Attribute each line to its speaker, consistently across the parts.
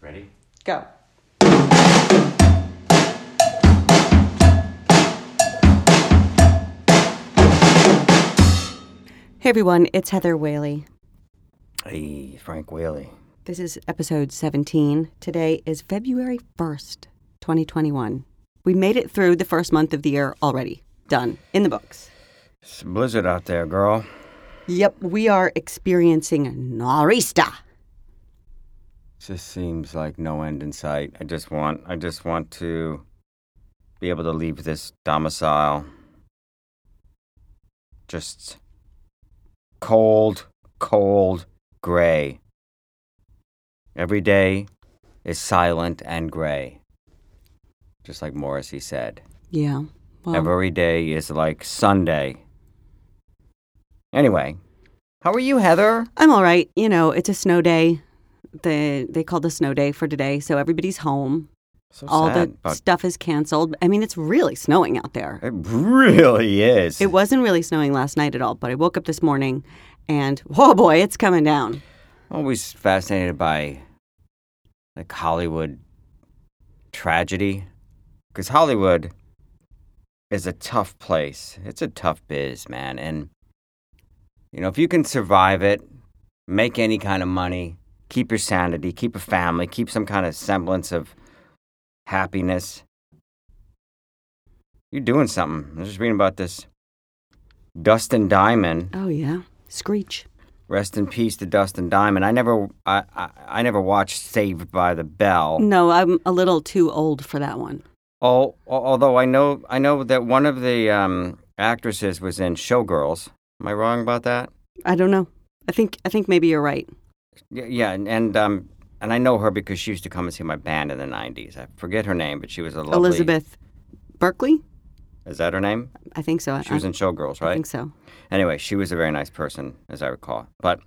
Speaker 1: Ready?
Speaker 2: Go. Hey everyone, it's Heather Whaley.
Speaker 1: Hey, Frank Whaley.
Speaker 2: This is episode 17. Today is February 1st, 2021. We made it through the first month of the year already. Done. In the books.
Speaker 1: It's a blizzard out there, girl.
Speaker 2: Yep, we are experiencing Norista.
Speaker 1: Just seems like no end in sight. I just want, I just want to be able to leave this domicile. Just cold, cold, gray. Every day is silent and gray. Just like Morrissey said.
Speaker 2: Yeah. Well,
Speaker 1: Every day is like Sunday. Anyway, how are you, Heather?
Speaker 2: I'm all right. You know, it's a snow day. The, they called a snow day for today, so everybody's home.
Speaker 1: So
Speaker 2: All
Speaker 1: sad,
Speaker 2: the
Speaker 1: but
Speaker 2: stuff is canceled. I mean, it's really snowing out there.
Speaker 1: it really is.
Speaker 2: It wasn't really snowing last night at all, but I woke up this morning and oh boy, it's coming down.
Speaker 1: Always fascinated by like Hollywood tragedy because Hollywood is a tough place. It's a tough biz, man. And you know, if you can survive it, make any kind of money, keep your sanity, keep a family, keep some kind of semblance of happiness, you're doing something. I was just reading about this Dustin Diamond
Speaker 2: Oh yeah. Screech.
Speaker 1: Rest in peace to Dustin Diamond. I never, I, I, I never watched Saved by the Bell.
Speaker 2: No, I'm a little too old for that one.
Speaker 1: Al although I know, I know that one of the um, actresses was in Showgirls. Am I wrong about that?
Speaker 2: I don't know. I think I think maybe you're right.
Speaker 1: Yeah, yeah, and and, um, and I know her because she used to come and see my band in the '90s. I forget her name, but she was a lovely.
Speaker 2: Elizabeth Berkeley?
Speaker 1: Is that her name?
Speaker 2: I think so.
Speaker 1: She was
Speaker 2: Uh, I,
Speaker 1: in Showgirls,
Speaker 2: I
Speaker 1: right?
Speaker 2: think so.
Speaker 1: Anyway, she was a very nice person, as I recall. But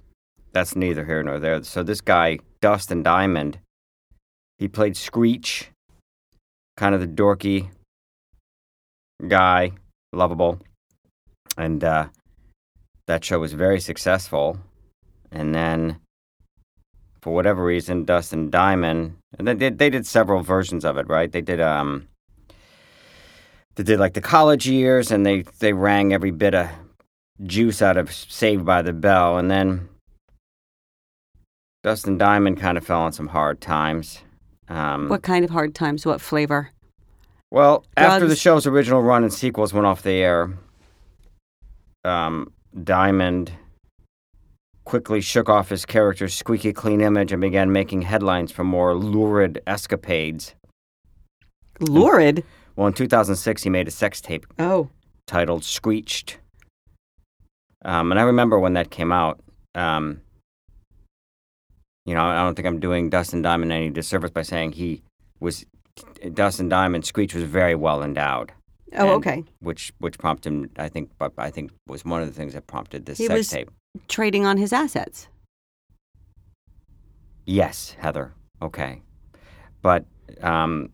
Speaker 1: that's neither here nor there. So this guy, Dustin Diamond, he played Screech, kind of the dorky guy, lovable. And uh, that show was very successful. And then, for whatever reason, Dustin Diamond, and they did, they did several versions of it, right? They did um, they did like the college years, and they they rang every bit of juice out of Saved by the Bell, and then Dustin Diamond kind of fell on some hard times. Um,
Speaker 2: What kind of hard times? What flavor?
Speaker 1: well, after the
Speaker 2: Drugs.
Speaker 1: show's original run and sequels went off the air, um, Diamond quickly shook off his character's squeaky clean image and began making headlines for more lurid escapades.
Speaker 2: Lurid.
Speaker 1: Well, in 2006, he made a sex tape
Speaker 2: Oh.
Speaker 1: titled Screeched. Um, and I remember when that came out. Um, you know, I don't think I'm doing Dustin Diamond any disservice by saying he was Dustin Diamond. Screech was very well endowed,
Speaker 2: Oh,
Speaker 1: And
Speaker 2: okay.
Speaker 1: which which prompted him, I think, but I think was one of the things that prompted this
Speaker 2: He
Speaker 1: sex
Speaker 2: was-
Speaker 1: tape.
Speaker 2: Trading on his assets.
Speaker 1: Yes, Heather. Okay, but um,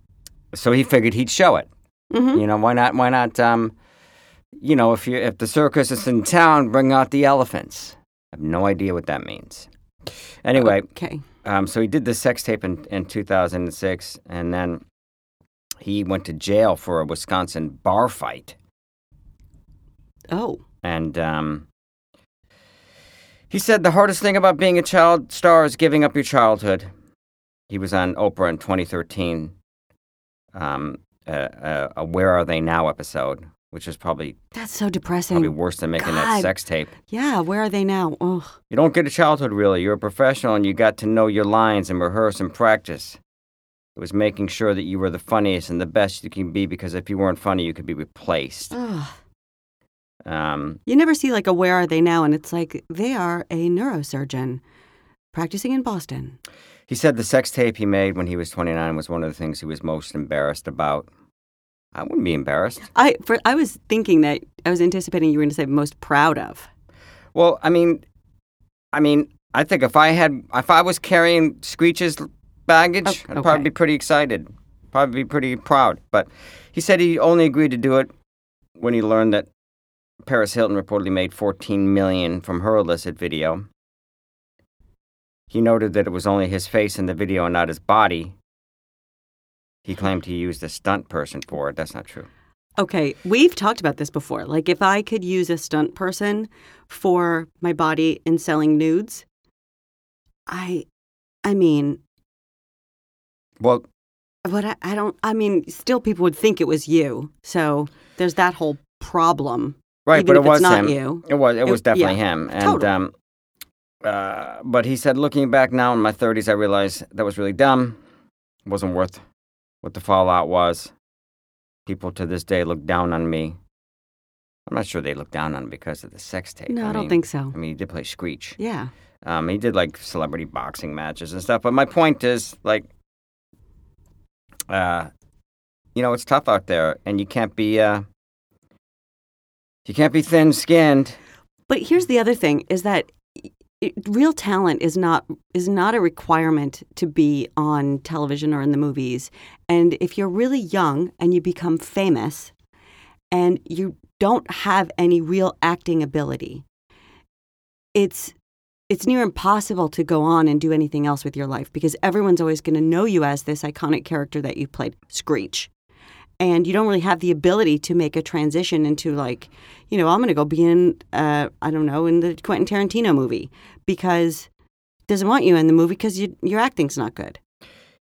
Speaker 1: so he figured he'd show it.
Speaker 2: Mhm.
Speaker 1: You know, why not? Why not? Um, you know, if you if the circus is in town, bring out the elephants. I have no idea what that means. Anyway,
Speaker 2: Okay.
Speaker 1: um, so he did the sex tape in, in 2006, and then he went to jail for a Wisconsin bar fight,
Speaker 2: Oh.
Speaker 1: and um, he said the hardest thing about being a child star is giving up your childhood. He was on Oprah in 2013, um, uh, uh, a "Where Are They Now" episode, which was probably
Speaker 2: That's so
Speaker 1: Probably
Speaker 2: depressing.
Speaker 1: worse than making that
Speaker 2: God.
Speaker 1: sex tape.
Speaker 2: Yeah, where are they now? Oh.
Speaker 1: You don't get a childhood, really. You're a professional and you got to know your lines and rehearse and practice. It was making sure that you were the funniest and the best you can be because if you weren't funny, you could be replaced.
Speaker 2: Ugh.
Speaker 1: Um,
Speaker 2: You never see like a where are they now and it's like they are a neurosurgeon practicing in Boston.
Speaker 1: he said the sex tape he made when he was 29 was one of the things he was most embarrassed about. I wouldn't be embarrassed.
Speaker 2: I for I was thinking that I was anticipating you were going to say most proud of.
Speaker 1: Well, I mean, I mean, I think if I had, if I was carrying Screech's baggage,
Speaker 2: Oh,
Speaker 1: I'd probably
Speaker 2: okay.
Speaker 1: be pretty excited, probably be pretty proud. But he said he only agreed to do it when he learned that Paris Hilton reportedly made 14 million from her illicit video. He noted that it was only his face in the video and not his body. He claimed he used a stunt person for it. That's not true.
Speaker 2: Okay, we've talked about this before. Like, if I could use a stunt person for my body in selling nudes, I, I mean,
Speaker 1: Well,
Speaker 2: but I, I don't. I mean, still, people would think it was you. So there's that whole problem.
Speaker 1: right,
Speaker 2: even
Speaker 1: but
Speaker 2: if
Speaker 1: it was
Speaker 2: it's not
Speaker 1: him.
Speaker 2: you.
Speaker 1: It was. It,
Speaker 2: It-
Speaker 1: was definitely
Speaker 2: yeah,
Speaker 1: him. And
Speaker 2: totally.
Speaker 1: um, uh, but he said, looking back now in my 30s, I realized that was really dumb. It wasn't worth what the fallout was. People to this day look down on me. I'm not sure they look down on me because of the sex tape.
Speaker 2: No, I, don't
Speaker 1: mean-
Speaker 2: think so.
Speaker 1: I mean, he did play Screech.
Speaker 2: Yeah.
Speaker 1: Um, he did like celebrity boxing matches and stuff. But my point is, like, uh, you know, it's tough out there, and you can't be uh, you can't be thin-skinned.
Speaker 2: But here's the other thing: is that i- i real talent is not is not a requirement to be on television or in the movies. And if you're really young and you become famous, and you don't have any real acting ability, it's it's near impossible to go on and do anything else with your life because everyone's always going to know you as this iconic character that you played, Screech. And you don't really have the ability to make a transition into like, you know, I'm going to go be in, uh, I don't know, in the Quentin Tarantino movie because doesn't want you in the movie because you, your acting's not good.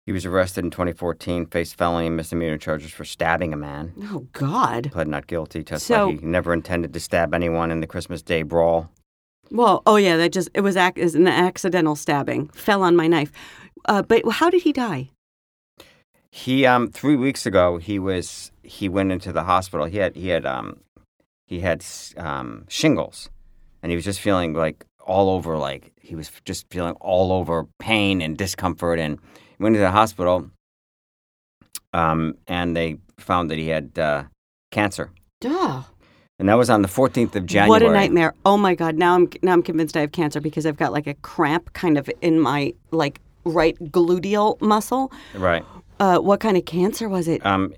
Speaker 1: He was arrested in 2014, faced felony and misdemeanor charges for stabbing a man.
Speaker 2: Oh God.
Speaker 1: Pled not guilty,
Speaker 2: So-
Speaker 1: testified he never intended to stab anyone in the Christmas Day brawl.
Speaker 2: Well, oh yeah, that just it was ac- is an accidental stabbing. Fell on my knife. Uh, but how did he die?
Speaker 1: He um three weeks ago he was he went into the hospital. He had he had um he had s- um shingles, and he was just feeling like all over like he was just feeling all over pain and discomfort, and went into the hospital. Um and they found that he had uh, cancer,
Speaker 2: Duh.
Speaker 1: and that was on the 14th of January.
Speaker 2: What a nightmare! Oh my God! Now I'm now I'm convinced I have cancer because I've got like a cramp kind of in my like right gluteal muscle.
Speaker 1: Right.
Speaker 2: Uh, what kind of cancer was it?
Speaker 1: Um,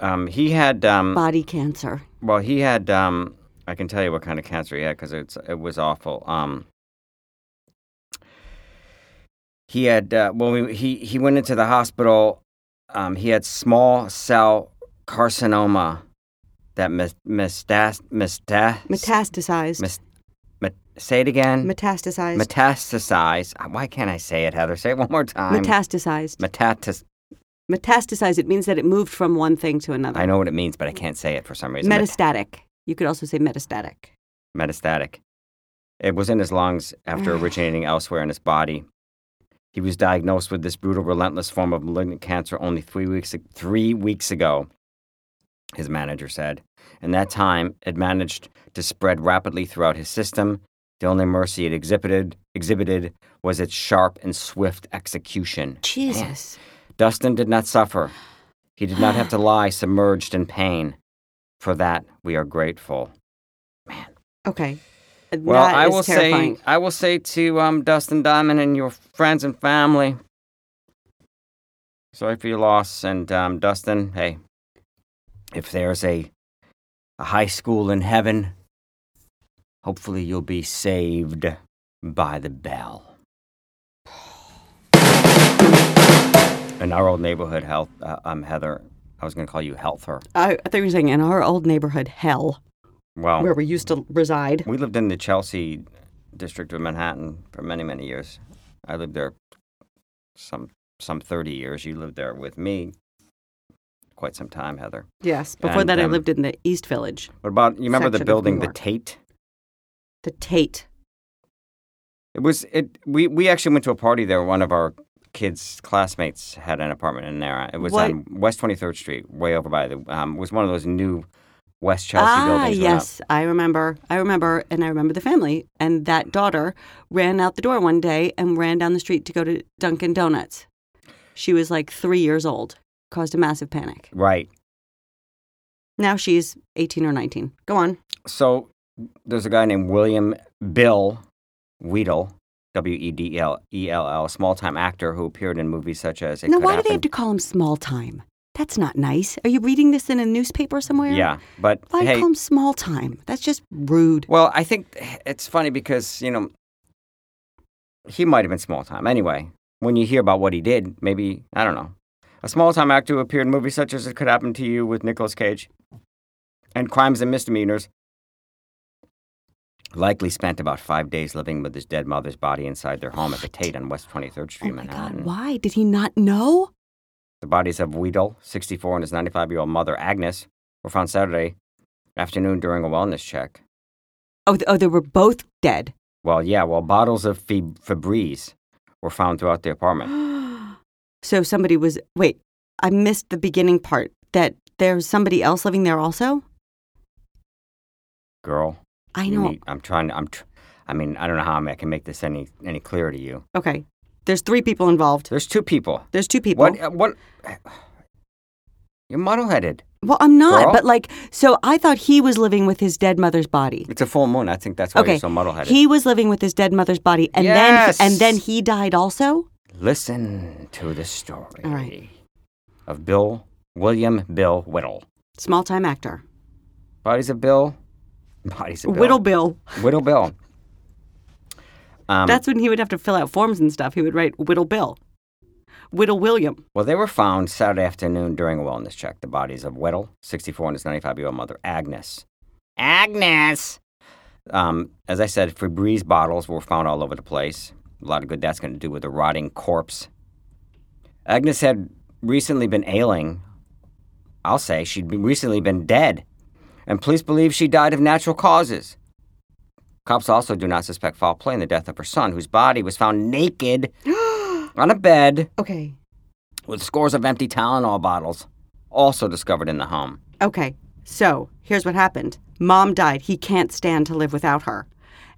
Speaker 1: um, he had um,
Speaker 2: Body cancer.
Speaker 1: Well, he had. Um, I can tell you what kind of cancer he had because it's it was awful. Um, he had. Uh, well, we, he he went into the hospital. Um, he had small cell carcinoma that mes- mestas mestas
Speaker 2: Metastasized.
Speaker 1: mes- met- say it again
Speaker 2: metastasized.
Speaker 1: metastasized. Why can't I say it, Heather? Say it one more time.
Speaker 2: metastasized.
Speaker 1: Metastas.
Speaker 2: metastasized. It means that it moved from one thing to another.
Speaker 1: I know what it means, but I can't say it for some reason. Met-
Speaker 2: Metastatic. You could also say metastatic.
Speaker 1: metastatic. It was in his lungs after originating elsewhere in his body. He was diagnosed with this brutal, relentless form of malignant cancer only three weeks, three weeks ago, his manager said. In that time, it managed to spread rapidly throughout his system. The only mercy it exhibited, exhibited was its sharp and swift execution.
Speaker 2: Jesus.
Speaker 1: Dustin did not suffer. He did not have to lie submerged in pain. For that, we are grateful.
Speaker 2: Okay.
Speaker 1: Well,
Speaker 2: That
Speaker 1: I
Speaker 2: is
Speaker 1: will
Speaker 2: terrifying.
Speaker 1: say, I will say to um, Dustin Diamond and your friends and family, sorry for your loss. And um, Dustin, hey, if there's a a high school in heaven, hopefully you'll be saved by the bell. In our old neighborhood, health, uh, um, Heather, I was going to call you Healther.
Speaker 2: I, I thought you were saying in our old neighborhood, hell,
Speaker 1: Well,
Speaker 2: where we used to reside.
Speaker 1: We lived in the Chelsea district of Manhattan for many, many years. I lived there some some thirty years. You lived there with me quite some time, Heather.
Speaker 2: Yes. Before
Speaker 1: And,
Speaker 2: that, I
Speaker 1: um,
Speaker 2: lived in the East Village,
Speaker 1: What about you remember
Speaker 2: Section
Speaker 1: the
Speaker 2: of
Speaker 1: building,
Speaker 2: New
Speaker 1: the
Speaker 2: York.
Speaker 1: Tate?
Speaker 2: the Tate.
Speaker 1: It was it we, we actually went to a party there. One of our kids' classmates had an apartment in there. It was
Speaker 2: What?
Speaker 1: on West Twenty Third Street, way over by the um it was one of those new West Chelsea
Speaker 2: Ah,
Speaker 1: buildings. went up.
Speaker 2: yes, I remember. I remember, and I remember the family. And that daughter ran out the door one day and ran down the street to go to Dunkin' Donuts. She was like three years old, caused a massive panic.
Speaker 1: Right.
Speaker 2: Now she's 18 or 19. Go on.
Speaker 1: So there's a guy named William Bill Weedle, W E D E L E L L, small time actor who appeared in movies such as It
Speaker 2: now,
Speaker 1: Could
Speaker 2: why do
Speaker 1: Happen.
Speaker 2: they have to call him small time? That's not nice. Are you reading this in a newspaper somewhere?
Speaker 1: Yeah, but
Speaker 2: Why
Speaker 1: hey,
Speaker 2: call him small time? That's just rude.
Speaker 1: well, I think it's funny because you know he might have been small time. Anyway, when you hear about what he did, maybe, I don't know. A small time actor who appeared in movies such as It Could Happen to You with Nicolas Cage and Crimes and Misdemeanors likely spent about five days living with his dead mother's body inside their home at the Tate on West 23rd Street,
Speaker 2: Oh my
Speaker 1: Manhattan.
Speaker 2: God, why? Did he not know?
Speaker 1: The bodies of Weedle, 64, and his 95 year old mother, Agnes, were found Saturday afternoon during a wellness check.
Speaker 2: Oh, th- oh they were both dead.
Speaker 1: Well, yeah, well, bottles of Fib- Febreze were found throughout the apartment.
Speaker 2: so somebody was. Wait, I missed the beginning part that there's somebody else living there also?
Speaker 1: Girl,
Speaker 2: I
Speaker 1: you
Speaker 2: know.
Speaker 1: need- I'm trying. I'm. Tr- I mean, I don't know how I'm- I can make this any any clearer to you.
Speaker 2: Okay. There's three people involved.
Speaker 1: There's two people.
Speaker 2: There's two people.
Speaker 1: What? uh, What? You're muddle headed.
Speaker 2: Well, I'm not,
Speaker 1: Girl?
Speaker 2: but like, so I thought he was living with his dead mother's body.
Speaker 1: It's a full moon. I think that's why
Speaker 2: Okay,
Speaker 1: you're Oh, so muddle headed.
Speaker 2: He was living with his dead mother's body, and
Speaker 1: Yes!
Speaker 2: then and then he died also.
Speaker 1: Listen to the story
Speaker 2: All right.
Speaker 1: of Bill William Bill Whittle.
Speaker 2: Small time actor,
Speaker 1: Bodies of Bill. Bodies of Bill.
Speaker 2: Whittle Bill.
Speaker 1: Whittle Bill. Um,
Speaker 2: That's when he would have to fill out forms and stuff. He would write Whittle Bill, Whittle William.
Speaker 1: well, they were found Saturday afternoon during a wellness check. The bodies of Whittle, 64, and his 95 year old mother, Agnes. Agnes! Um, as I said, Febreze bottles were found all over the place. A lot of good that's going to do with a rotting corpse. Agnes had recently been ailing. I'll say she'd been recently been dead, and police believe she died of natural causes. Cops also do not suspect foul play in the death of her son, whose body was found naked on a bed
Speaker 2: Okay,
Speaker 1: with scores of empty Tylenol bottles, also discovered in the home.
Speaker 2: okay. So here's what happened: Mom died. He can't stand to live without her,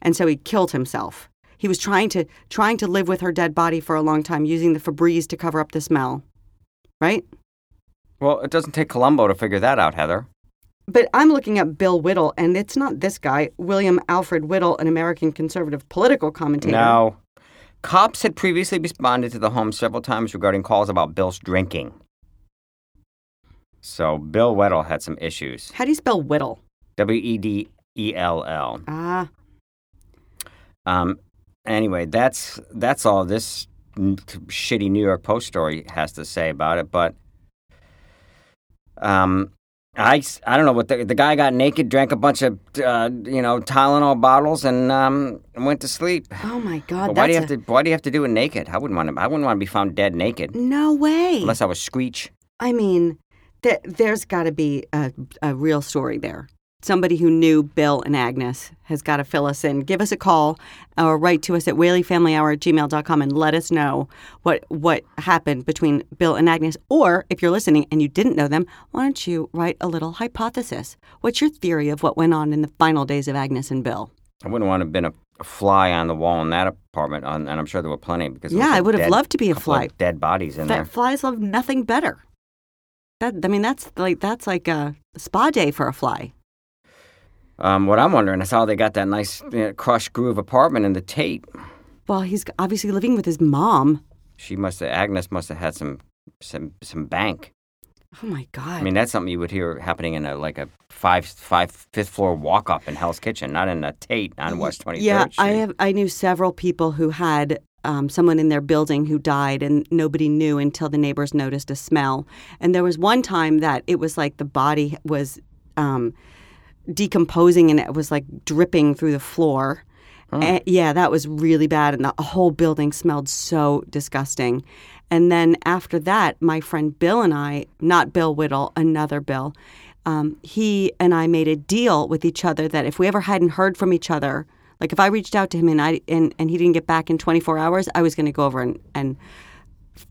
Speaker 2: and so he killed himself. He was trying to trying to live with her dead body for a long time, using the Febreze to cover up the smell. Right.
Speaker 1: Well, it doesn't take Columbo to figure that out, Heather.
Speaker 2: But I'm looking up Bill Whittle, and it's not this guy, William Alfred Whittle, an American conservative political commentator.
Speaker 1: No. Cops had previously responded to the home several times regarding calls about Bill's drinking. So Bill Weddle had some issues.
Speaker 2: How do you spell Whittle?
Speaker 1: W E D E L L.
Speaker 2: Ah,
Speaker 1: Um, anyway, that's that's all this n- t- shitty New York Post story has to say about it. But um, I, s- I don't know what the, the guy got naked, drank a bunch of uh, you know Tylenol bottles, and um, went to sleep.
Speaker 2: oh my God.
Speaker 1: But why do you
Speaker 2: that's
Speaker 1: have to Why do you have to do it naked? I wouldn't want to. I wouldn't want to be found dead naked
Speaker 2: a- No way.
Speaker 1: unless I was Screech.
Speaker 2: I mean, th- there's got to be a, a real story there. Somebody who knew Bill and Agnes has got to fill us in. Give us a call or write to us at whaleyfamilyhour at gmail.com and let us know what, what happened between Bill and Agnes. Or if you're listening and you didn't know them, why don't you write a little hypothesis? What's your theory of what went on in the final days of Agnes and Bill?
Speaker 1: I wouldn't want to have been a, a fly on the wall in that apartment, on, and I'm sure there were plenty because there
Speaker 2: Yeah,
Speaker 1: was a
Speaker 2: I would have
Speaker 1: dead-
Speaker 2: loved to be a
Speaker 1: couple of
Speaker 2: fly.
Speaker 1: dead bodies in there.
Speaker 2: That flies love nothing better. That I mean, that's like that's like a spa day for a fly.
Speaker 1: Um, what I'm wondering is how they got that nice uh, crushed groove apartment in the Tate.
Speaker 2: Well, he's obviously living with his mom.
Speaker 1: She must have Agnes must have had some some some bank.
Speaker 2: Oh my god.
Speaker 1: I mean, that's something you would hear happening in a like a five five fifth floor walk up in Hell's Kitchen, not in a Tate on West 23rd
Speaker 2: yeah,
Speaker 1: Street.
Speaker 2: I have. I knew several people who had um, someone in their building who died, and nobody knew until the neighbors noticed a smell. And there was one time that it was like the body was um, decomposing, and it was like dripping through the floor. And- yeah, that was really bad, and the whole building smelled so disgusting. And then after that, my friend Bill and I, not Bill Whittle, another Bill, um, he and I made a deal with each other that if we ever hadn't heard from each other, like if I reached out to him and I and, and he didn't get back in 24 hours, I was going to go over and, and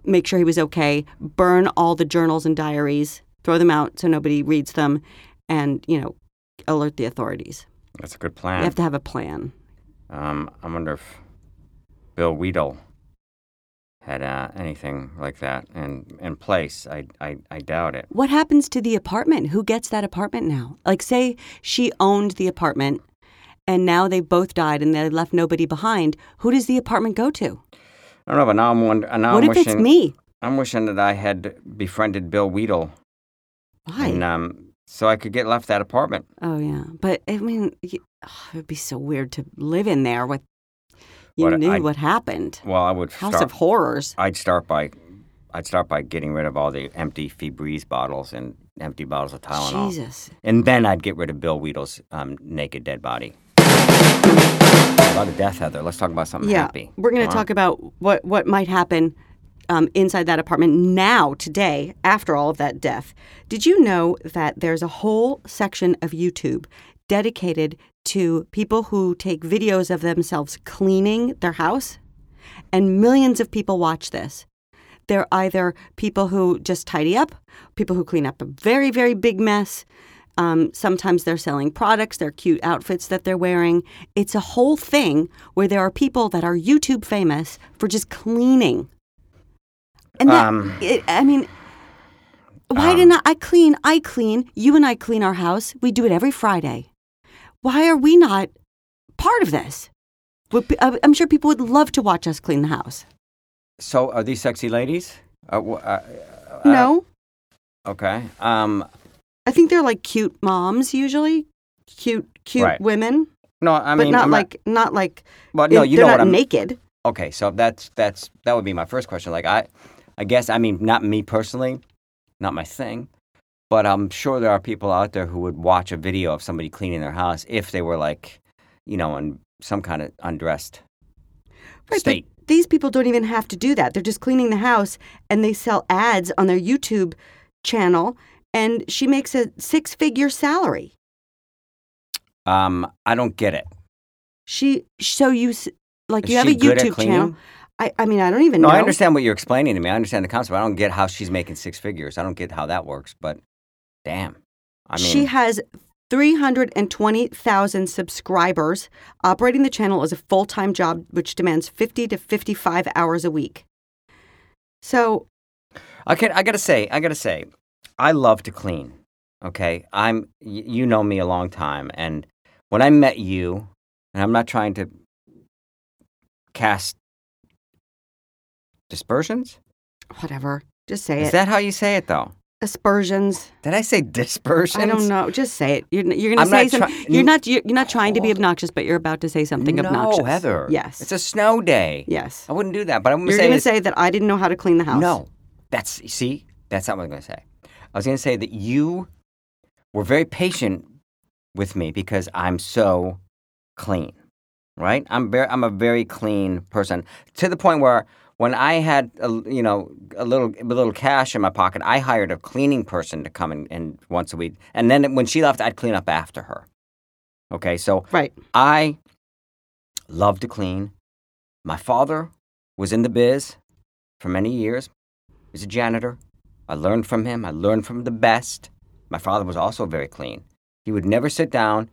Speaker 2: make sure he was okay, burn all the journals and diaries, throw them out so nobody reads them, and you know, alert the authorities.
Speaker 1: That's a good
Speaker 2: You
Speaker 1: plan.
Speaker 2: have to have a plan.
Speaker 1: Um, I wonder if Bill Weedle had uh, anything like that in in place. I I, I doubt it.
Speaker 2: What happens to the apartment? Who gets that apartment now? Like, say she owned the apartment and now they both died and they left nobody behind. Who does the apartment go to?
Speaker 1: I don't know, but now I'm wonder, now
Speaker 2: what
Speaker 1: I'm
Speaker 2: if
Speaker 1: wishing
Speaker 2: it's me?
Speaker 1: I'm wishing that I had befriended Bill Weedle
Speaker 2: Why?
Speaker 1: And um, so I could get left that apartment.
Speaker 2: Oh, yeah. But I mean, y- oh, it would be so weird to live in there with You
Speaker 1: What
Speaker 2: knew
Speaker 1: I-
Speaker 2: what happened.
Speaker 1: Well, I would
Speaker 2: House
Speaker 1: start.
Speaker 2: of Horrors.
Speaker 1: I'd start by, I'd start by getting rid of all the empty Febreze bottles and empty bottles of Tylenol,
Speaker 2: Jesus.
Speaker 1: and then I'd get rid of Bill Weedle's um, naked dead body. A lot of death, Heather. Let's talk about something
Speaker 2: Yeah.
Speaker 1: happy.
Speaker 2: We're going
Speaker 1: Come
Speaker 2: to
Speaker 1: on.
Speaker 2: talk about what, what might happen um, inside that apartment now, today, after all of that death. Did you know that there's a whole section of YouTube dedicated to people who take videos of themselves cleaning their house? And millions of people watch this. They're either people who just tidy up, people who clean up a very, very big mess. Um, sometimes they're selling products, they're cute outfits that they're wearing. It's a whole thing where there are people that are YouTube famous for just cleaning. And that,
Speaker 1: Um,
Speaker 2: it, I mean, why didn't I, I clean? I clean. You and I clean our house. We do it every Friday. Why are we not part of this? Would pe- I- I'm sure people would love to watch us clean the house.
Speaker 1: So, are these sexy ladies? Uh, wh- uh,
Speaker 2: no,
Speaker 1: okay. Um,
Speaker 2: I think they're like cute moms usually, cute cute
Speaker 1: Right.
Speaker 2: women,
Speaker 1: no, I
Speaker 2: but
Speaker 1: mean,
Speaker 2: not
Speaker 1: I'm
Speaker 2: like not like
Speaker 1: Well, no,
Speaker 2: it-
Speaker 1: you
Speaker 2: they're
Speaker 1: know what
Speaker 2: not
Speaker 1: I'm.
Speaker 2: naked.
Speaker 1: Okay, so that's that's that would be my first question. Like I, I guess I mean not me personally, not my thing, but I'm sure there are people out there who would watch a video of somebody cleaning their house if they were like, you know, in some kind of undressed
Speaker 2: Right,
Speaker 1: state.
Speaker 2: But these people don't even have to do that. They're just cleaning the house and they sell ads on their YouTube channel and she makes a six-figure salary.
Speaker 1: Um, I don't get it.
Speaker 2: She so you s- like
Speaker 1: Is
Speaker 2: you have
Speaker 1: she
Speaker 2: a
Speaker 1: good at
Speaker 2: YouTube
Speaker 1: cleaning?
Speaker 2: channel. I I mean, I don't even
Speaker 1: No,
Speaker 2: know.
Speaker 1: I understand what you're explaining to me. I understand the concept. I don't get how she's making six figures. I don't get how that works. But damn, I mean,
Speaker 2: she has 320,000 subscribers. Operating the channel is a full time job, which demands 50 to 55 hours a week. So,
Speaker 1: I can I gotta say, I gotta say, I love to clean. Okay, I'm. y- You know me a long time, and when I met you, and I'm not trying to cast dispersions.
Speaker 2: whatever. Just say
Speaker 1: Is
Speaker 2: it.
Speaker 1: that how you say it, though?
Speaker 2: Aspersions.
Speaker 1: Did I say dispersions?
Speaker 2: I don't know. Just say it. You're, you're going
Speaker 1: I'm
Speaker 2: to say
Speaker 1: not
Speaker 2: something.
Speaker 1: try-
Speaker 2: you're not. You're, you're not trying to be
Speaker 1: Hold on.
Speaker 2: obnoxious, but you're about to say something
Speaker 1: no,
Speaker 2: obnoxious.
Speaker 1: Heather.
Speaker 2: Yes.
Speaker 1: It's a snow day.
Speaker 2: yes.
Speaker 1: I wouldn't do that, but I'm
Speaker 2: You're
Speaker 1: saying
Speaker 2: going to say that I didn't know how to clean the house.
Speaker 1: No, that's see, that's not what I'm going to say. I was going to say that you were very patient with me because I'm so clean, right? I'm very, I'm a very clean person to the point where when I had a, l- you know a little a little cash in my pocket, I hired a cleaning person to come in and once a week, and then when she left, I'd clean up after her. Okay, so
Speaker 2: Right.
Speaker 1: I love to clean. My father was in the biz for many years. He's a janitor. I learned from him. I learned from the best. My father was also very clean. He would never sit down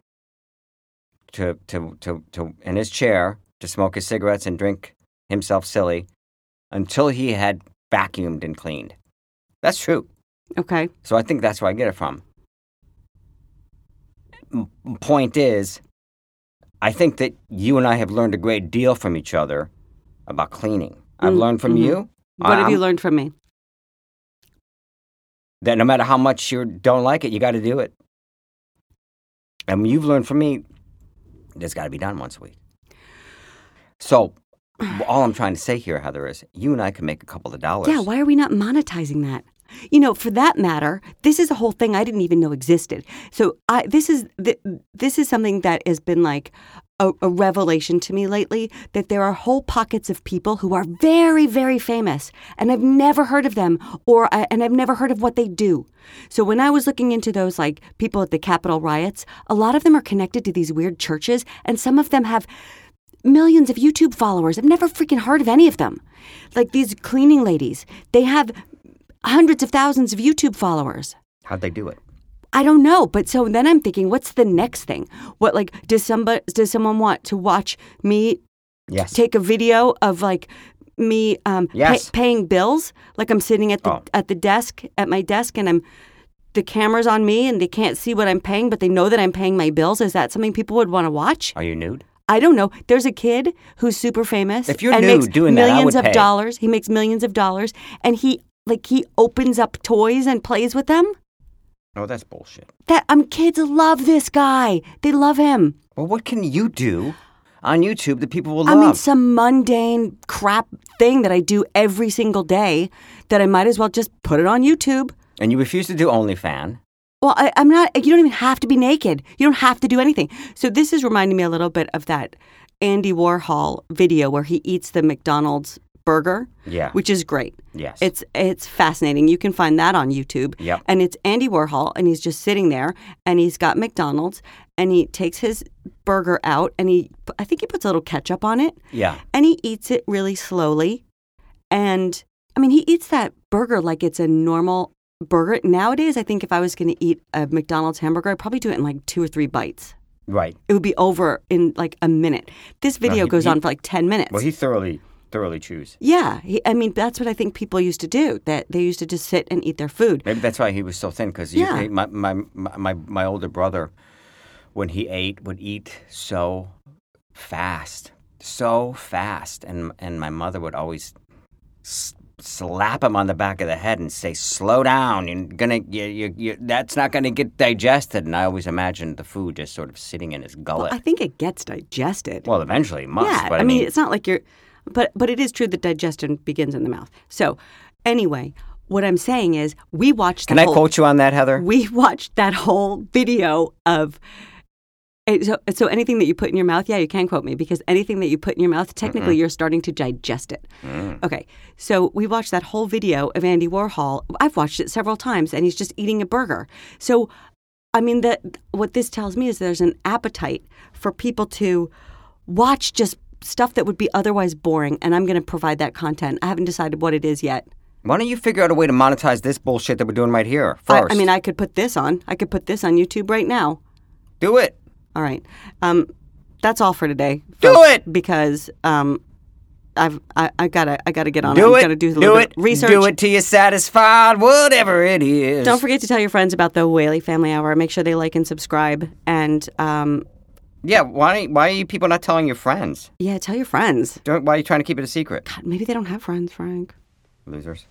Speaker 1: to, to, to, to, in his chair to smoke his cigarettes and drink himself silly until he had vacuumed and cleaned. That's true.
Speaker 2: Okay.
Speaker 1: So I think that's where I get it from. M- point is, I think that you and I have learned a great deal from each other about cleaning. I've
Speaker 2: Mm,
Speaker 1: learned from
Speaker 2: mhm.
Speaker 1: you.
Speaker 2: What have you
Speaker 1: I'm-
Speaker 2: learned from me?
Speaker 1: That no matter how much you don't like it, you got to do it. And you've learned from me, that's got to be done once a week. So, all I'm trying to say here, Heather, is you and I can make a couple of dollars.
Speaker 2: Yeah, why are we not monetizing that? You know, for that matter, this is a whole thing I didn't even know existed. So I this is th- this is something that has been like a, a revelation to me lately that there are whole pockets of people who are very very famous and I've never heard of them or I, and I've never heard of what they do. So when I was looking into those like people at the Capitol riots, a lot of them are connected to these weird churches and some of them have millions of YouTube followers. I've never freaking heard of any of them. Like these cleaning ladies, they have hundreds of thousands of YouTube followers.
Speaker 1: How'd they do it?
Speaker 2: I don't know, but so then I'm thinking, what's the next thing? What like does somebody does someone want to watch me
Speaker 1: Yes.
Speaker 2: take a video of like me um, pay-
Speaker 1: Yes.
Speaker 2: paying bills? Like I'm sitting at the
Speaker 1: Oh.
Speaker 2: at the desk at my desk and I'm the camera's on me and they can't see what I'm paying, but they know that I'm paying my bills. Is that something people would want to watch?
Speaker 1: Are you nude?
Speaker 2: I don't know. There's a kid who's super famous.
Speaker 1: If you're
Speaker 2: and
Speaker 1: new
Speaker 2: makes
Speaker 1: doing that, I
Speaker 2: millions
Speaker 1: would
Speaker 2: of
Speaker 1: pay.
Speaker 2: dollars. He makes millions of dollars, and he like he opens up toys and plays with them.
Speaker 1: No, Oh, that's bullshit.
Speaker 2: That um, kids love this guy. They love him.
Speaker 1: Well, what can you do? on YouTube that people will
Speaker 2: I
Speaker 1: love.
Speaker 2: mean, some mundane crap thing that I do every single day that I might as well just put it on YouTube.
Speaker 1: and you refuse to do OnlyFan.
Speaker 2: Well, I, I'm not, you don't even have to be naked. You don't have to do anything. So this is reminding me a little bit of that Andy Warhol video where he eats the McDonald's burger,
Speaker 1: Yeah.
Speaker 2: which is great.
Speaker 1: yes.
Speaker 2: It's it's fascinating. You can find that on YouTube.
Speaker 1: Yep.
Speaker 2: And it's Andy Warhol and he's just sitting there and he's got McDonald's and he takes his burger out and he I think he puts a little ketchup on it
Speaker 1: yeah.
Speaker 2: and he eats it really slowly. And I mean, he eats that burger like it's a normal burger. Nowadays, I think if I was going to eat a McDonald's hamburger, I'd probably do it in like two or three bites.
Speaker 1: Right.
Speaker 2: It would be over in like a minute. This video
Speaker 1: he-
Speaker 2: goes
Speaker 1: he-
Speaker 2: on for like 10 minutes.
Speaker 1: Well, he thoroughly, thoroughly chews.
Speaker 2: yeah. He, I mean, that's what I think people used to do, that they used to just sit and eat their food.
Speaker 1: Maybe that's why he was so thin because
Speaker 2: Yeah.
Speaker 1: my, my my my my older brother, when he ate, would eat so fast, so fast, and and my mother would always s- slap him on the back of the head and say, "Slow down! You're gonna you, you, you, that's not gonna get digested." And I always imagined the food just sort of sitting in his
Speaker 2: Well,
Speaker 1: gullet.
Speaker 2: I think it gets digested.
Speaker 1: Well, eventually it must.
Speaker 2: Yeah,
Speaker 1: but
Speaker 2: I mean, it's not like you're, but but it is true that digestion begins in the mouth. So, anyway, what I'm saying is, we watched. the
Speaker 1: can I
Speaker 2: whole-
Speaker 1: quote you on that, Heather?
Speaker 2: we watched that whole video of eh, so, so anything that you put in your mouth yeah you can quote me because anything that you put in your mouth technically you're starting to digest it okay so we watched that whole video of andy warhol i've watched it several times and he's just eating a burger so i mean that what this tells me is there's an appetite for people to watch just stuff that would be otherwise boring and i'm going to provide that content i haven't decided what it is yet
Speaker 1: Why don't you figure out a way to monetize this bullshit that we're doing right here
Speaker 2: I-
Speaker 1: first?
Speaker 2: I mean i could put this on i could put this on youtube right now
Speaker 1: do it.
Speaker 2: All right. Um, that's all for today.
Speaker 1: Do
Speaker 2: folks,
Speaker 1: it!
Speaker 2: because um, I've I, I gotta I gotta get on.
Speaker 1: Do
Speaker 2: I'm
Speaker 1: it.
Speaker 2: Gotta do a little
Speaker 1: do
Speaker 2: bit
Speaker 1: it.
Speaker 2: of research.
Speaker 1: Do it till you're satisfied, whatever it is.
Speaker 2: Don't forget to tell your friends about the Whaley Family Hour. Make sure they like and subscribe. And um,
Speaker 1: yeah, why, don't- why are you people not telling your friends?
Speaker 2: yeah, tell your friends.
Speaker 1: Don't, why are you trying to keep it a secret?
Speaker 2: God, maybe they don't have friends, Frank.
Speaker 1: Losers.